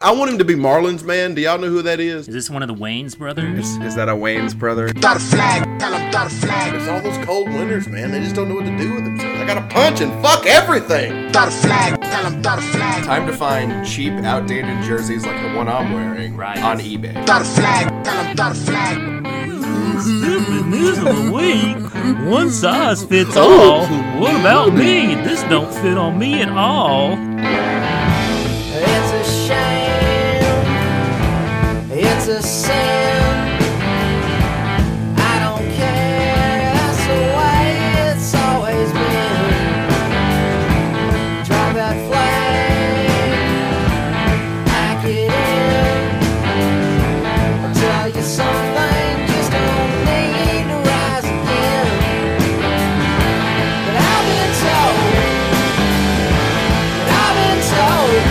I want him to be Marlins man. Do y'all know who that is? Is this one of the Wayne's brothers? Is that a Wayne's brother? Dar flag, tell him dar flag, It's all those cold winters, man. They just don't know what to do with themselves. I gotta punch and fuck everything. dar flag, tell him dar flag, Time to find cheap, outdated jerseys like the one I'm wearing Right. on eBay. dar flag, tell him dar flag, Stupid news of the week. One size fits Oh. all. What about me? This don't fit on me at all. It's a shame. It's a sin. I don't care. That's the way it's always been. Drive that flag. Pack it in. I'll tell you something. just don't need to rise again. But I've been told. But I've been told.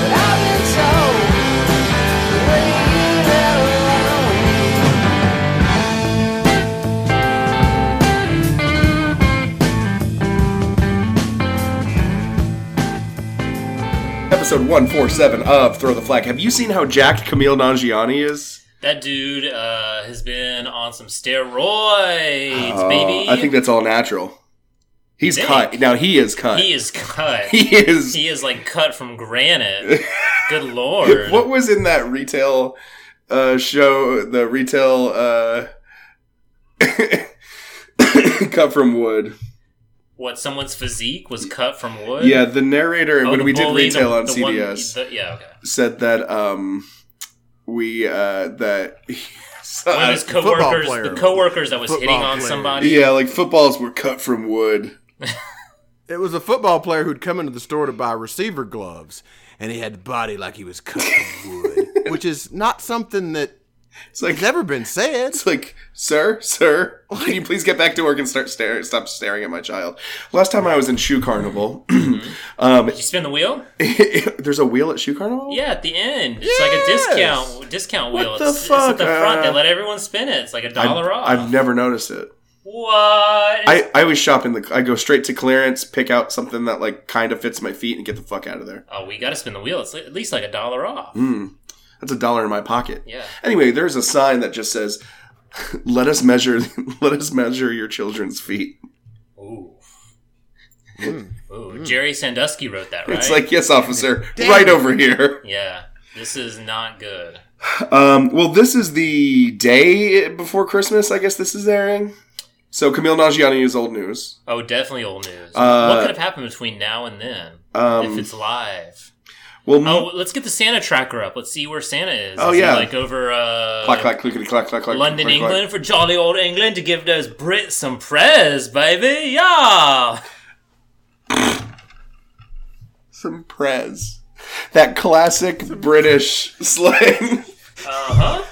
But I've been told to leave it alone. Episode 147 of Throw the Flag. Have you seen how jacked Camille Nangiani is? That dude uh, has been on some steroids, baby. Oh, Uh, I think that's all natural. He's Dang. cut. Now he is cut. he is cut. He is. he is like cut from granite. Good lord. What was in that retail uh, show? The retail uh, cut from wood. What, someone's physique was cut from wood? Yeah, the narrator Oh, when the we did bully, retail the- on the one- CBS the- yeah, okay. said that um, we uh, that Uh, One of his football coworkers, player. the coworkers that was Football hitting on player. somebody. yeah, like footballs were cut from wood. It was a football player who'd come into the store to buy receiver gloves, and he had the body like he was cut from wood, which is not something that It's like has ever been said. It's like, sir, sir, can you please get back to work and start staring, stop staring at my child? Last time I was in shoe carnival, um, Did you spin the wheel? there's a wheel at shoe carnival. Yeah, at the end. It's Yes! like a discount discount wheel. What the it's, it's fuck, at the front. uh, they let everyone spin it. It's like a dollar off. I've never noticed it. what? I, I always shop in the. I go straight to clearance, pick out something that like kind of fits my feet, and get the fuck out of there. Hmm. oh, we got to spin the wheel. It's li- at least like a dollar Mm. off. That's a dollar in my pocket. Yeah. Anyway, there's a sign that just says, "Let us measure. let us measure your children's feet." Ooh. Ooh. Jerry Sandusky wrote that, right? Mm. It's like, yes, officer, right over here. yeah, this is not good. Um, well, this is the day before Christmas. I guess this is airing. So Camille Nangiani is old news. Oh, definitely old news. Uh, um, what could have happened between now and then if it's live? Well, Oh, let's get the Santa tracker up. Let's see where Santa is. mm. Oh, Is he, yeah. like over uh, clack clack clickety clack clack clack. London, clack, clack. England for jolly old England to give those Brits some prez, baby. Yeah. Some prez. That classic British slang.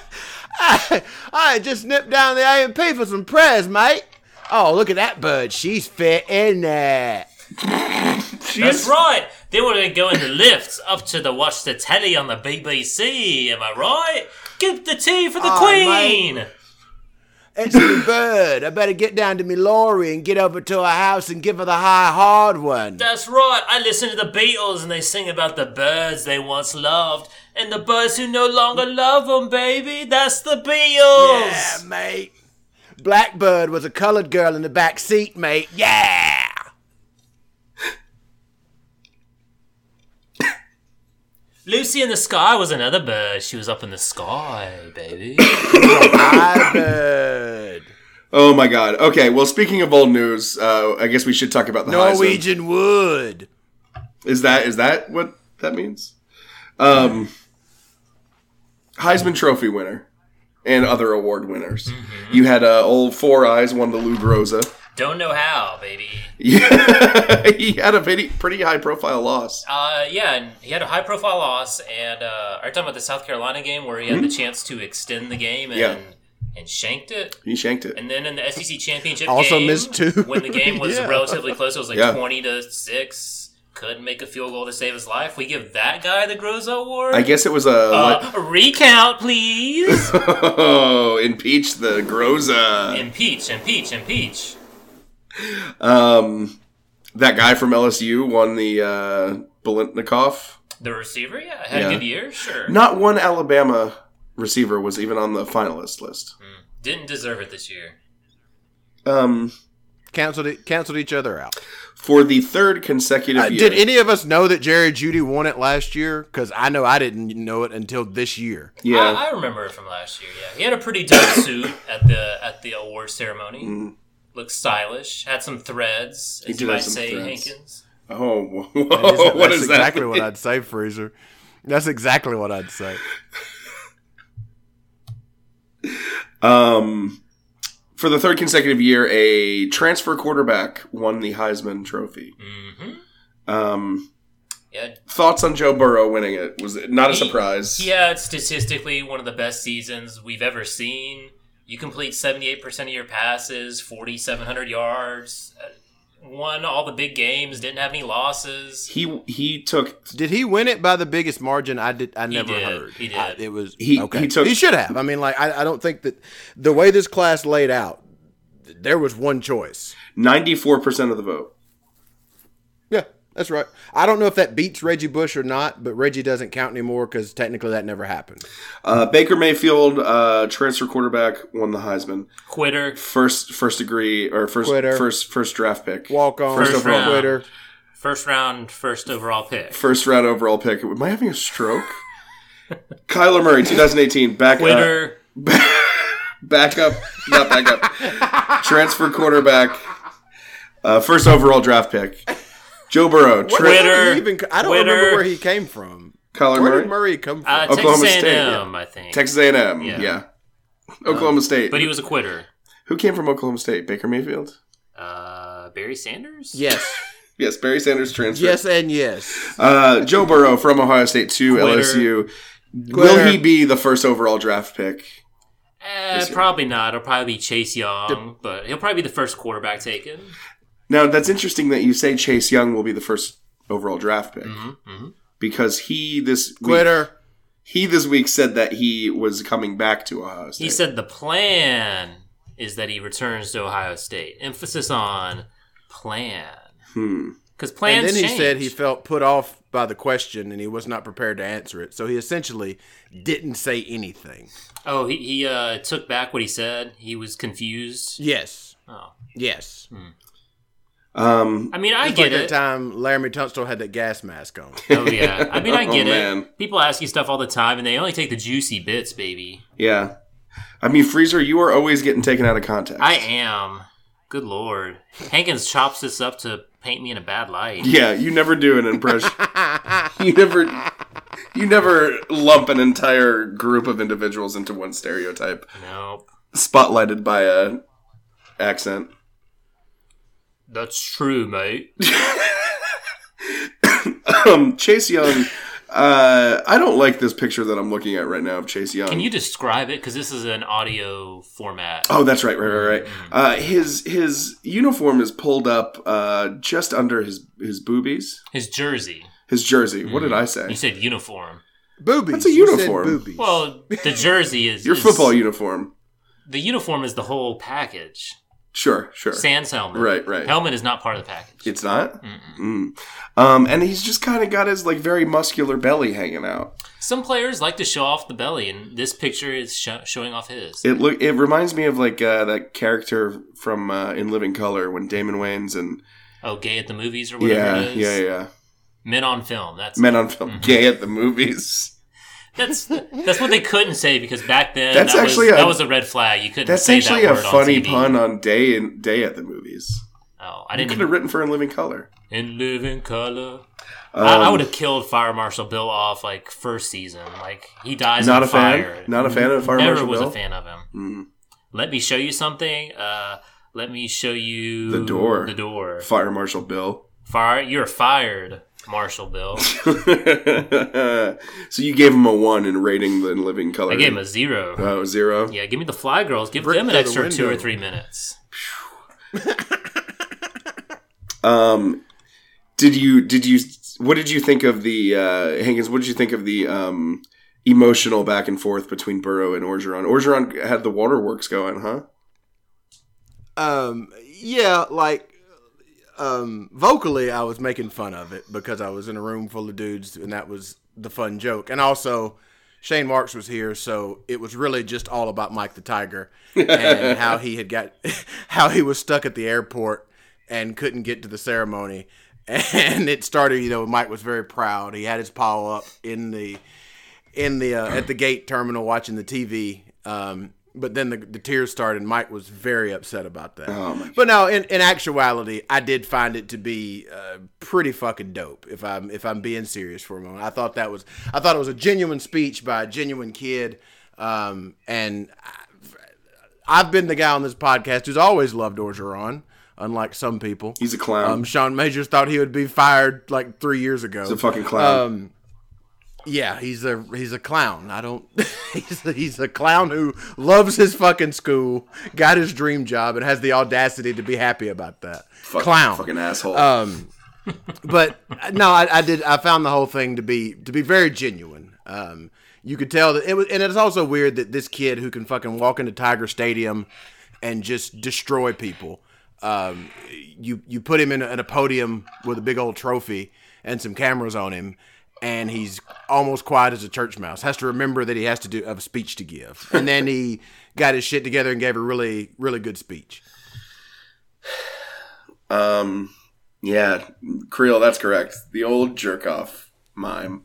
I, I just nipped down the AMP for some prayers, mate. Oh, look at that bird. She's fit in there. That's right. They were going to go in the lifts up to the watch the telly on the BBC. Am I right? Give the tea for the Oh, Queen. It's the bird. I better get down to me lorry and get over to her house and give her the high hard one. That's right. I listen to the Beatles and they sing about the birds they once loved and the birds who no longer love them, baby. That's the Yeah, Beatles. mate. Blackbird was a colored girl in the back seat, mate. Yeah. Lucy in the Sky was another bird. She was up in the sky, baby. High bird. Oh my god. Okay. Well, speaking of old news, uh, I guess we should talk about the highs of- Norwegian wood. Is that is that what that means? Um, Heisman Trophy winner and other award winners. You had uh, old Four Eyes won the Lou Groza. Don't know how, baby. Yeah, he had a pretty, pretty high profile loss. Uh, yeah, and he had a high profile loss. And uh, are you talking about the South Carolina game where he had the chance to extend the game and, Yeah. and shanked it? He shanked it. And then in the SEC championship Also game, missed two. when the game was Yeah. relatively close, it was like Yeah. 20 to 6. Couldn't make a field goal to save his life. We give that guy the Grozo Award. I guess it was a Uh, recount, please. oh, impeach the Groza. impeach, impeach, impeach. Um, that guy from LSU won the uh, Bolitnikov. The receiver, yeah, had a Yeah. good year, sure. Not one Alabama receiver was even on the finalist list. Didn't deserve it this year. Um, Canceled it. Canceled e, each other out. for the third consecutive Uh, year. did any of us know that Jerry Judy won it last year? Because I know I didn't know it until this year. yeah. I, I remember it from last year. Yeah, he had a pretty dope suit at the at the award ceremony. Looked stylish. Had some threads, as Mm-hmm. did you have might some say, threads. Hankins. oh, whoa, That is- what that's is exactly that? what I'd say, Freezer. That's exactly what I'd say. Um, for the third consecutive year, a transfer quarterback won the Heisman Trophy. Mm-hmm. Um, Yeah, thoughts on Joe Burrow winning it? Was it not a He- surprise? he had statistically one of the best seasons we've ever seen. You complete seventy eight percent of your passes, forty seven hundred yards. uh, Won all the big games. Didn't have any losses. He he took Did he win it by the biggest margin? I did. I never did. heard. He did. I- it was He- okay. he took- he should have. I mean, like I, I don't think that the way this class laid out, th- there was one choice. ninety four percent of the vote. Yeah, that's right. I don't know if that beats Reggie Bush or not, but Reggie doesn't count anymore because technically that never happened. Uh, Baker Mayfield, uh, transfer quarterback, won the Heisman. Quitter. First first degree or first Quitter. first first draft pick. Walk on, First first round. Twitter. First round, first overall pick. First round overall pick. Am I having a stroke? Kyler Murray, 2018, back uh, Quitter. backup, not backup, transfer quarterback, uh, first overall draft pick. Joe Burrow, Where tra- did he Twitter. even co- I don't remember Twitter. where he came from. Kyler Where did Murray, Murray come from? Uh, Oklahoma Texas State, A&M, I think. Texas A&M, yeah, Yeah. Uh, Oklahoma State. But he was a quitter. Who came from Oklahoma State? Baker Mayfield. Uh, Barry Sanders? yes, Yes, Barry Sanders transfer. yes, and yes. Uh, Joe Burrow from Ohio State to Quitter. LSU. Quitter. Will he be the first overall draft pick? Eh, probably not. It'll probably be Chase Young, but he'll probably be the first quarterback taken. Now that's interesting that you say Chase Young will be the first overall draft pick hmm because he this week- Twitter. he this week said that he was coming back to Ohio State. He said the plan is that he returns to Ohio State. Emphasis on plan. Hmm. Because And plans then he change. said he felt put off by the question and he was not prepared to answer it. So he essentially didn't say anything. oh, he, he uh, took back what he said. He was confused. Yes. Oh. Yes. Um, I mean, I It's get like it. that time Laramie Tunstall had that gas mask on. Oh, yeah. I mean, I Oh, get man. it. People ask you stuff all the time, and they only take the juicy bits, baby. yeah. I mean, Freezer, you are always getting taken out of context. I am. Good lord. Hankins chops this up to paint me in a bad light. Yeah, you never do an impression. you never, you never lump an entire group of individuals into one stereotype, Nope. spotlighted by a accent. That's true, mate. Um, Chase Young. Uh, I don't like this picture that I'm looking at right now of Chase Young. Can you describe it? Because this is an audio format. Oh, that's right, right, right, right. Mm-hmm. Uh, his his uniform is pulled up uh, just under his his boobies. His jersey. His jersey. What did I You say? said uniform. Boobies. That's a You said uniform. Boobies. Well, the jersey is Your is- football uniform. The uniform is the whole package. Sure, sure. Sans helmet. Right, right. Helmet is not part of the package. It's not. Mm. Um, and he's just kind of got his like very muscular belly hanging out. Some players like to show off the belly, and this picture is sho showing off his. It look. It reminds me of like uh, that character from uh, In Living Color when Damon Wayans and Oh, gay at the movies or whatever yeah, it is. yeah, yeah, Men on film. That's men on Mm-hmm. film, gay at the movies. That's that's what they couldn't say because back then That's that actually was, a- that was a red flag. You couldn't That's say actually that a word funny on TV. pun on day and day at the movies. Oh, I You didn't could have even, written for In Living Color. in living color. I, I Um, would have killed Fire Marshal Bill off like first season. Like he dies Not in a fan. fire. Not a fan of Fire Never Marshal was Bill. Mm. a fan of him. Let me show you something. Uh, let me show you The door. The door. Um, Fire Marshal Bill. Fire. You're fired, Marshal Bill. so you gave him a one in rating the In Living Color. I gave him a zero. Oh, zero. Yeah, give me the fly girls. Give Brick them an through the extra two or window. three minutes. Um, did you did you what did you think of the uh, Hankins? What did you think of the um, emotional back and forth between Burrow and Orgeron? Orgeron had the waterworks going, huh? um, yeah, like um, vocally, I was making fun of it because I was in a room full of dudes, and that was the fun joke. And also, Shane Marks was here, so it was really just all about Mike the Tiger and how he had got, how he was stuck at the airport and couldn't get to the ceremony. And it started, you know, Mike was very proud. He had his paw up in the in the uh, at the gate terminal watching the TV. Um, but then the, the tears started, and Mike was very upset about that. Oh, but no, in, in actuality, I did find it to be uh, pretty fucking dope. If I'm if I'm being serious for a moment, I thought that was I thought it was a genuine speech by a genuine kid, um, and I, I've been the guy on this podcast who's always loved Orgeron, unlike some people. He's a clown. Um, Sean Majors thought he would be fired like three years ago. He's a fucking clown. Yeah, he's a he's a clown. I don't. He's a, he's a clown who loves his fucking school, got his dream job, and has the audacity to be happy about that. Fuck- clown. Fucking asshole. Um, but uh, no, I, I did. I found the whole thing to be to be very genuine. Um, you could tell that it was, and it's also weird that this kid who can fucking walk into Tiger Stadium and just destroy people. Um, you you put him in a, in a podium with a big old trophy and some cameras on him, and he's almost quiet as a church mouse. Has to remember that he has to do have a speech to give, and then he got his shit together and gave a really really good speech. Um, yeah, Creel, that's correct. The old jerk off mime.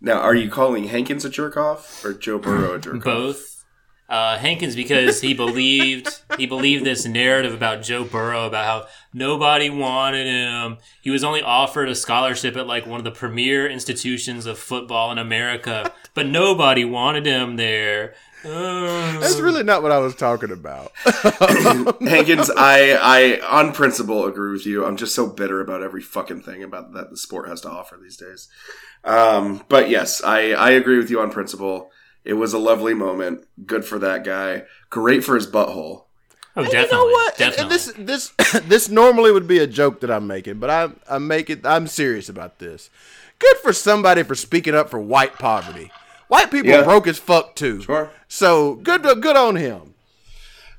Now, are you calling Hankins a jerk off or Joe Burrow a jerk off? both uh, Hankins because he believed he believed this narrative about Joe Burrow about how nobody wanted him. He was only offered a scholarship at like one of the premier institutions of football in America, but nobody wanted him there. Uh, That's really not what I was talking about. Hankins, I, I, on principle, agree with you. I'm just so bitter about every fucking thing about that the sport has to offer these days. Um, but yes, I, I agree with you on principle. It was a lovely moment. Good for that guy. Great for his butthole. oh, And You definitely, know what? And- definitely. and this this this normally would be a joke that I'm making, but I I make it. I'm serious about this. Good for somebody for speaking up for white poverty. White people Yeah. are broke as fuck too. Sure. So good good on him.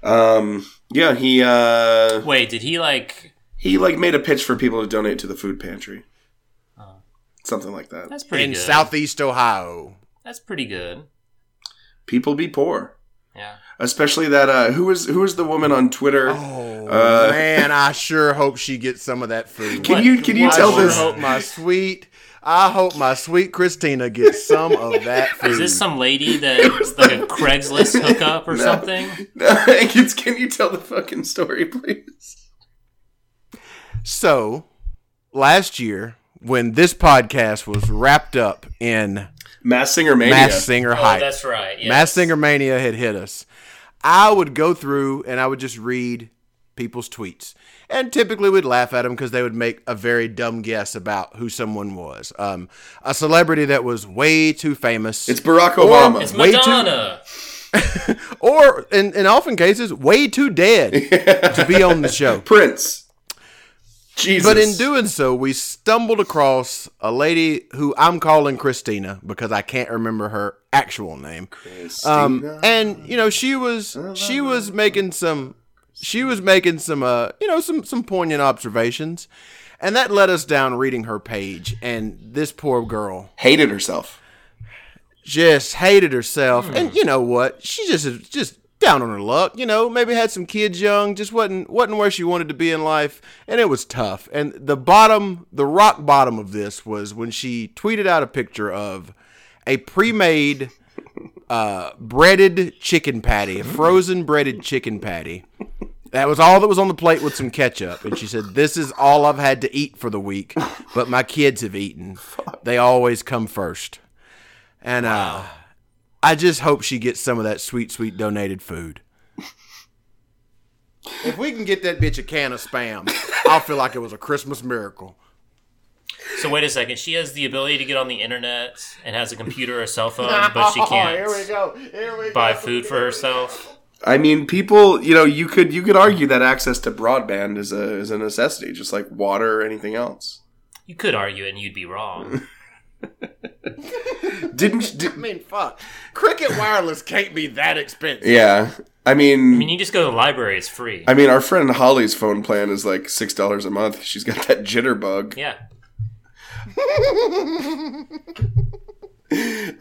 Um, yeah, he, uh, Wait, did he like? he like made a pitch for people to donate to the food pantry. Uh. Something like that. That's pretty in good. Southeast Ohio. That's pretty good. people be poor. Yeah. Especially that uh who is who is the woman on Twitter? Oh Uh, man, I sure hope she gets some of that food. Can you can you What? I tell sure this? hope my sweet. I hope my sweet Christina gets some of that food. Is this some lady that's like a Craigslist hookup or something? It's- can you tell the fucking story, please? So, last year, when this podcast was wrapped up in Mass Singer Mania. Mass Singer Oh, hype, that's right. Yes. Mass Singer Mania had hit us, I would go through and I would just read people's tweets. And typically we'd laugh at them because they would make a very dumb guess about who someone was. Um, a celebrity that was way too famous. It's Barack Or- Obama. It's Way too- Madonna. or, in, in often cases, way too dead to be on the show. Prince. Jesus. But in doing so, we stumbled across a lady who I'm calling Christina because I can't remember her actual name. Um, and you know, she was she was making some she was making some uh you know some some poignant observations, and that led us down reading her page. And this poor girl hated herself. just hated herself. And you know what? She just is just down on her luck. You know, maybe had some kids young, just wasn't wasn't where she wanted to be in life, and it was tough. And the bottom, the rock bottom of this was when she tweeted out a picture of a pre-made uh, breaded chicken patty, a frozen breaded chicken patty. That was all that was on the plate with some ketchup. And she said, This is all I've had to eat for the week, but my kids have eaten. They always come first. And uh, I just hope she gets some of that sweet, sweet donated food. If we can get that bitch a can of spam, I'll feel like it was a Christmas miracle. So wait a second. She has the ability to get on the internet and has a computer or cell phone, but she can't go. Oh, Here we buy food for herself. I mean, people, you know, you could you could argue that access to broadband is a is a necessity, just like water or anything else. You could argue it, and you'd be wrong. Didn't did, I mean, fuck. Cricket wireless can't be that expensive. yeah. I I mean, mean, you just go to the library; it's free. I mean, our friend Holly's phone plan is like six dollars a month. She's got that jitterbug. yeah,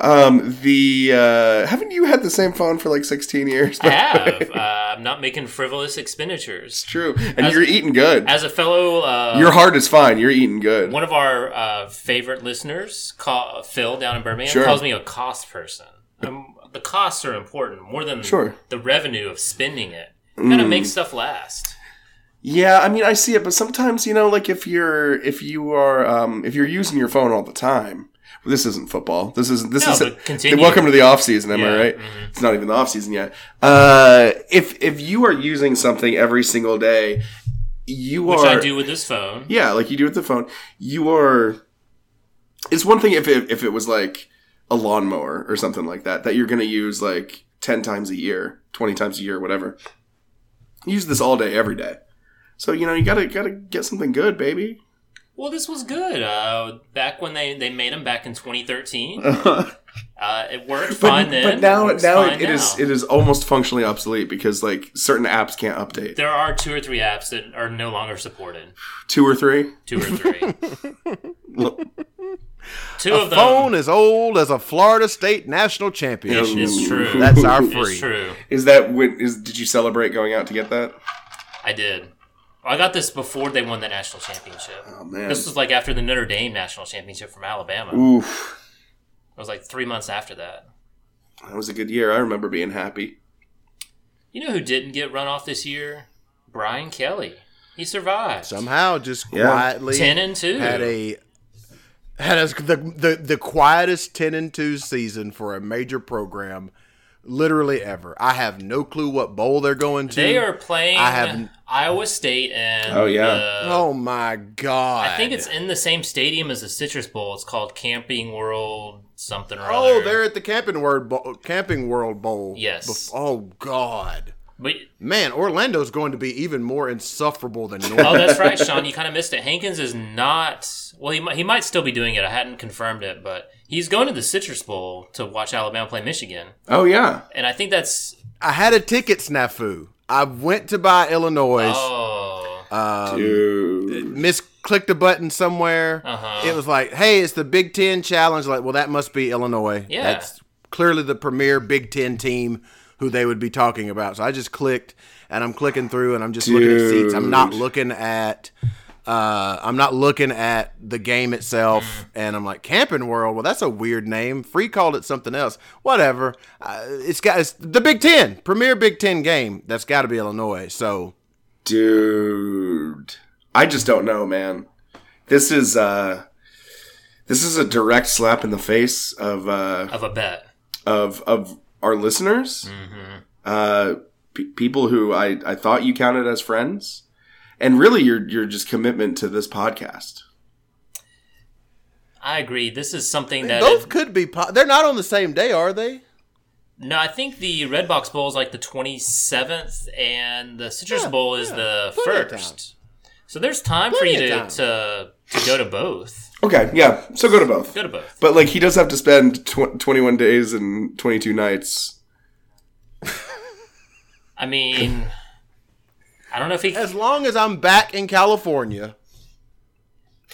Um, the uh, haven't you had the same phone for like sixteen years? I have. Uh, I'm not making frivolous expenditures. It's true, and you're eating good. As a fellow, uh, Your heart is fine. You're eating good. one of our uh, favorite listeners, call, Phil down in Birmingham, Sure. calls me a cost person. Um, the costs are important more than Sure. the revenue of spending it. You gotta make stuff last. Yeah, I mean, I see it, but sometimes you know, like if you're if you are um, if you're using your phone all the time. well, This isn't football. This is this No, is but continue. welcome to the off season. Am I Yeah, mm-hmm. right? It's not even the off season yet. Uh, if if you are using something every single day, you Which are I do with this phone. yeah, like you do with the phone. You are. It's one thing if it, if it was like a lawnmower or something like that that you're going to use like ten times a year, twenty times a year, whatever. You use this all day, every day. So you know you gotta gotta get something good, baby. Well, this was good. Uh, back when they, they made them back in 2013, but uh, it worked fine then. but now works now fine it is now. it is almost functionally obsolete because like certain apps can't update There are two or three apps that are no longer supported. two or three. Two or three. two A of them. phone as old as a Florida State national championship. It is true. That's our It's free. true. Is that when is did you celebrate going out to get that? I did. I got this before they won the national championship. Oh man, This was like after the Notre Dame national championship from Alabama. oof. It was like three months after that. That was a good year. I remember being happy. You know who didn't get run off this year? Brian Kelly. He survived. Somehow, just Yeah. quietly Ten and two. had a had a, the, the the quietest ten and two season for a major program, literally ever. I have no clue what bowl they're going to. They are playing I haven't- Iowa State and Oh, yeah. the- Oh my god! I think it's in the same stadium as the Citrus Bowl. It's called Camping World something or Oh, other. they're at the Camping World Bowl, Camping World Bowl. Yes. Bef- Oh God, But man, Orlando's going to be even more insufferable than normal. oh, that's right, Sean. You kind of missed it. Hankins is not. Well, he might, he might still be doing it. I hadn't confirmed it, but he's going to the Citrus Bowl to watch Alabama play Michigan, Oh yeah, and I think that's I had a ticket snafu. I went to buy Illinois. oh um, Dude. misclicked a button somewhere. Uh-huh. It was like, hey, it's the Big Ten Challenge. Like, well, that must be Illinois. Yeah. That's clearly the premier Big Ten team who they would be talking about. So I just clicked and I'm clicking through and I'm just looking at seats. I'm not Dude. looking at. Uh, I'm not looking at the game itself, Mm-hmm. and I'm like Camping World. Well, that's a weird name. Free called it something else. Whatever. Uh, it's got it's the Big Ten, premier Big Ten game. That's got to be Illinois. So dude i just don't know man this is uh this is a direct slap in the face of uh of a bet. of of our listeners Mm-hmm. uh pe people who i i thought you counted as friends and really your your just commitment to this podcast I agree. This is something that Those could be. Po- they're not on the same day, are they? no, I think the Red Box Bowl is like the twenty seventh, and the Citrus Bowl is the Oh, Plenty of first. So there's time for Plenty you of to, time. to to go to both. okay yeah so go to both Go to both. but like he does have to spend tw- 21 days and 22 nights I mean, I don't know if he. As long as I'm back in California,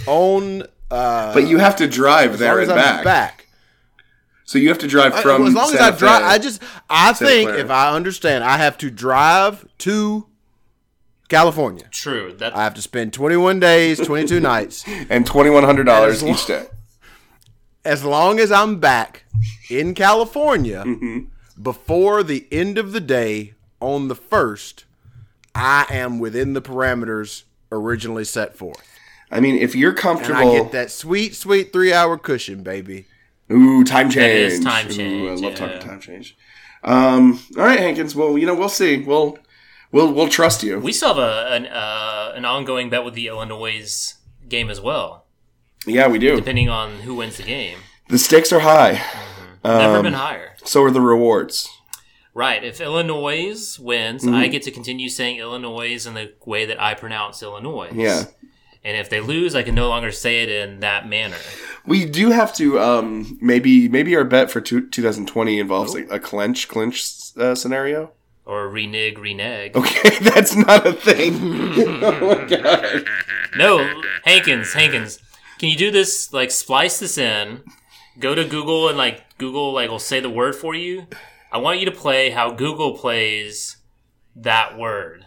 on uh, but you have to drive as long there and as I'm back. back. so you have to drive I- from as long as I Santa drive, Fe. I just I Santa think Clara. if I understand, I have to drive to California. True. That I have to spend 21 days, 22 nights. and twenty one hundred dollars That is each day. As long as I'm back in California Mm-hmm. before the end of the day on the first, I am within the parameters originally set forth. I mean, if you're and I comfortable, get that sweet, sweet three hour cushion, baby. ooh, time change. is time Ooh, I change, love yeah. talking time change. Um, all right, Hankins. Well, you know, we'll see. We'll we'll we'll trust you. we still have a an uh, an ongoing bet with the Illinois game as well, yeah, we do. depending on who wins the game. The stakes are high. Never been higher. So are the rewards. Right. If Illinois wins, I get to continue saying Illinois in the way that I pronounce Illinois. Yeah. And if they lose, I can no longer say it in that manner. We do have to um maybe maybe our bet for two, 2020 involves like a clench clinch uh, scenario. or renege, renege. Okay, that's not a thing. oh my god. No, Hankins, Hankins, can you do this? Like, splice this in. Go to Google and like Google like will say the word for you. I want you to play how Google plays that word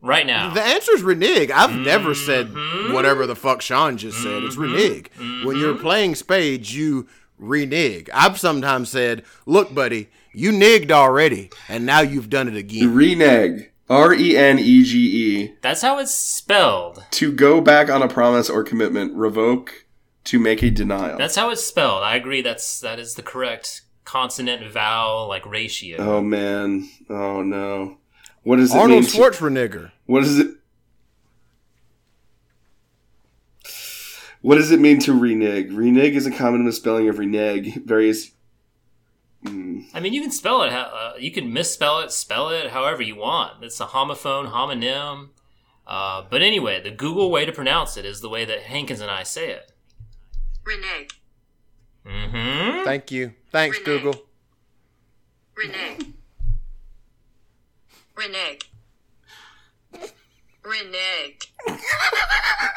right now. The answer is renege. I've never said Mm-hmm. whatever the fuck Sean just said. It's renege. When you're playing spades, you renege. I've sometimes said, "Look, buddy, you nigged already, and now you've done it again." Reneg. R E N E G E. That's how it's spelled. To go back on a promise or commitment. Revoke. To make a denial. That's how it's spelled. I agree. That's that is the correct consonant vowel like ratio. oh man. Oh no. What does it Arnold mean? to- Schwarzenegger. what does it? What does it mean to reneg? Reneg is a common misspelling of reneg. Various hmm, I mean, you can spell it. how- Uh, you can misspell it, spell it however you want. It's a homophone, homonym. Uh, but anyway, the Google way to pronounce it is the way that Hankins and I say it. Renee. Mm-hmm. Thank you. Thanks, Renege. Google. Renee. Renee. Renee. How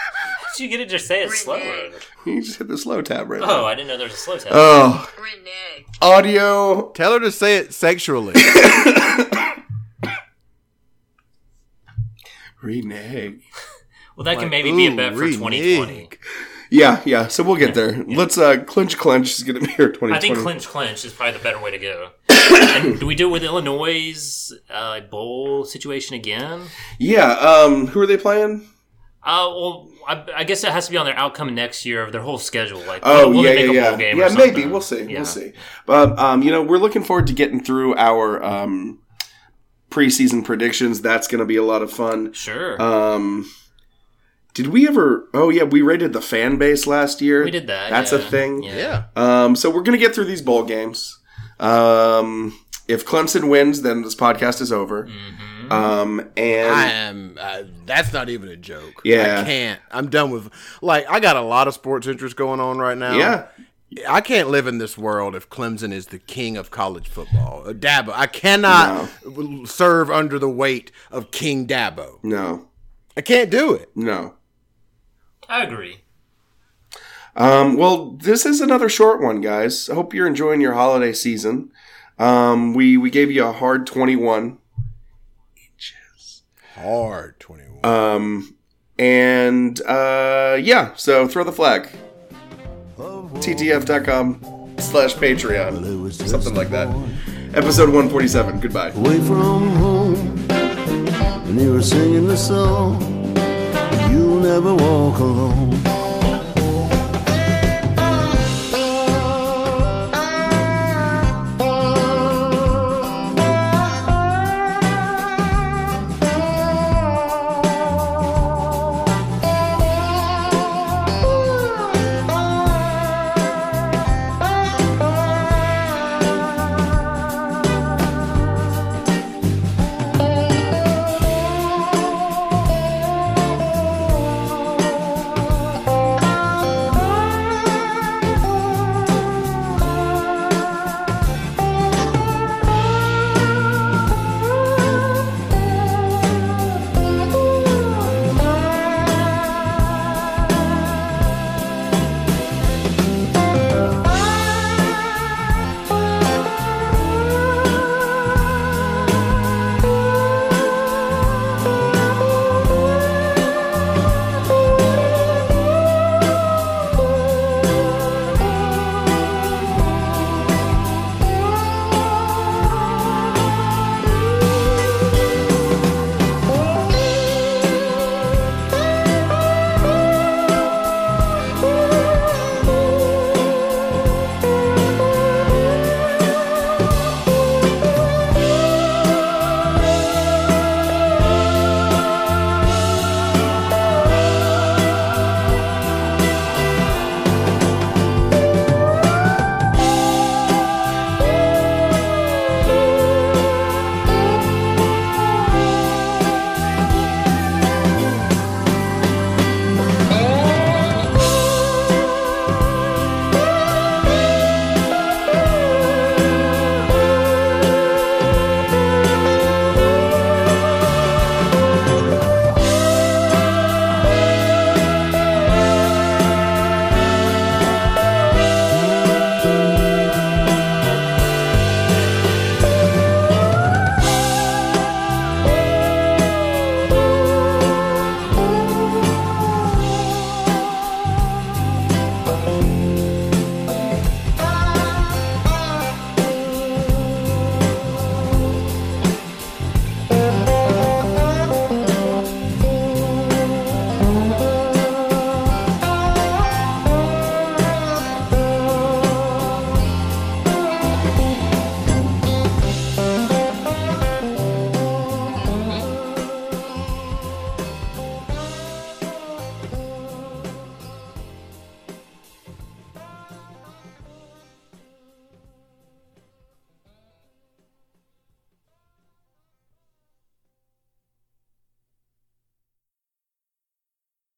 did you get it? Just say it slower. You just hit the slow tab right Oh, I didn't know there was a slow tab. Oh, Renee. audio. Tell her to say it sexually. Reneg. well, that can maybe be a ooh, bet for renege. 2020. Yeah, yeah. So we'll get there. Let's uh clinch clench is gonna be here twenty I think twenty. clinch clinch is probably the better way to go. and do we do it with Illinois' uh, bowl situation again? yeah, um who are they playing? Uh, well, I, I guess it has to be on their outcome next year of their whole schedule. Like, Oh will yeah, they make a yeah, bowl yeah. game or Yeah, maybe. something? We'll see. Yeah. We'll see. But um, you know, we're looking forward to getting through our um preseason predictions. That's gonna be a lot of fun. Sure. Um did we ever oh yeah, we rated the fan base last year. We did that. That's yeah. a thing. yeah. Um, so we're gonna get through these bowl games. Um, if Clemson wins, then this podcast is over. Mm-hmm. Um, and I am. Uh, that's not even a joke. Yeah. I can't. I'm done with. Like, I got a lot of sports interest going on right now. yeah, I can't live in this world if Clemson is the king of college football. Uh, Dabo, I cannot w- serve under the weight of King Dabo. no, I can't do it. no. I agree. Um, well, this is another short one, guys. I hope you're enjoying your holiday season. Um, we we gave you a hard twenty-one, Hard twenty-one. um, and uh, yeah. So throw the flag. TTF.com slash Patreon, something like that. Episode one forty-seven. Goodbye. away from home and they were singing the song you'll never walk alone Ah, ah,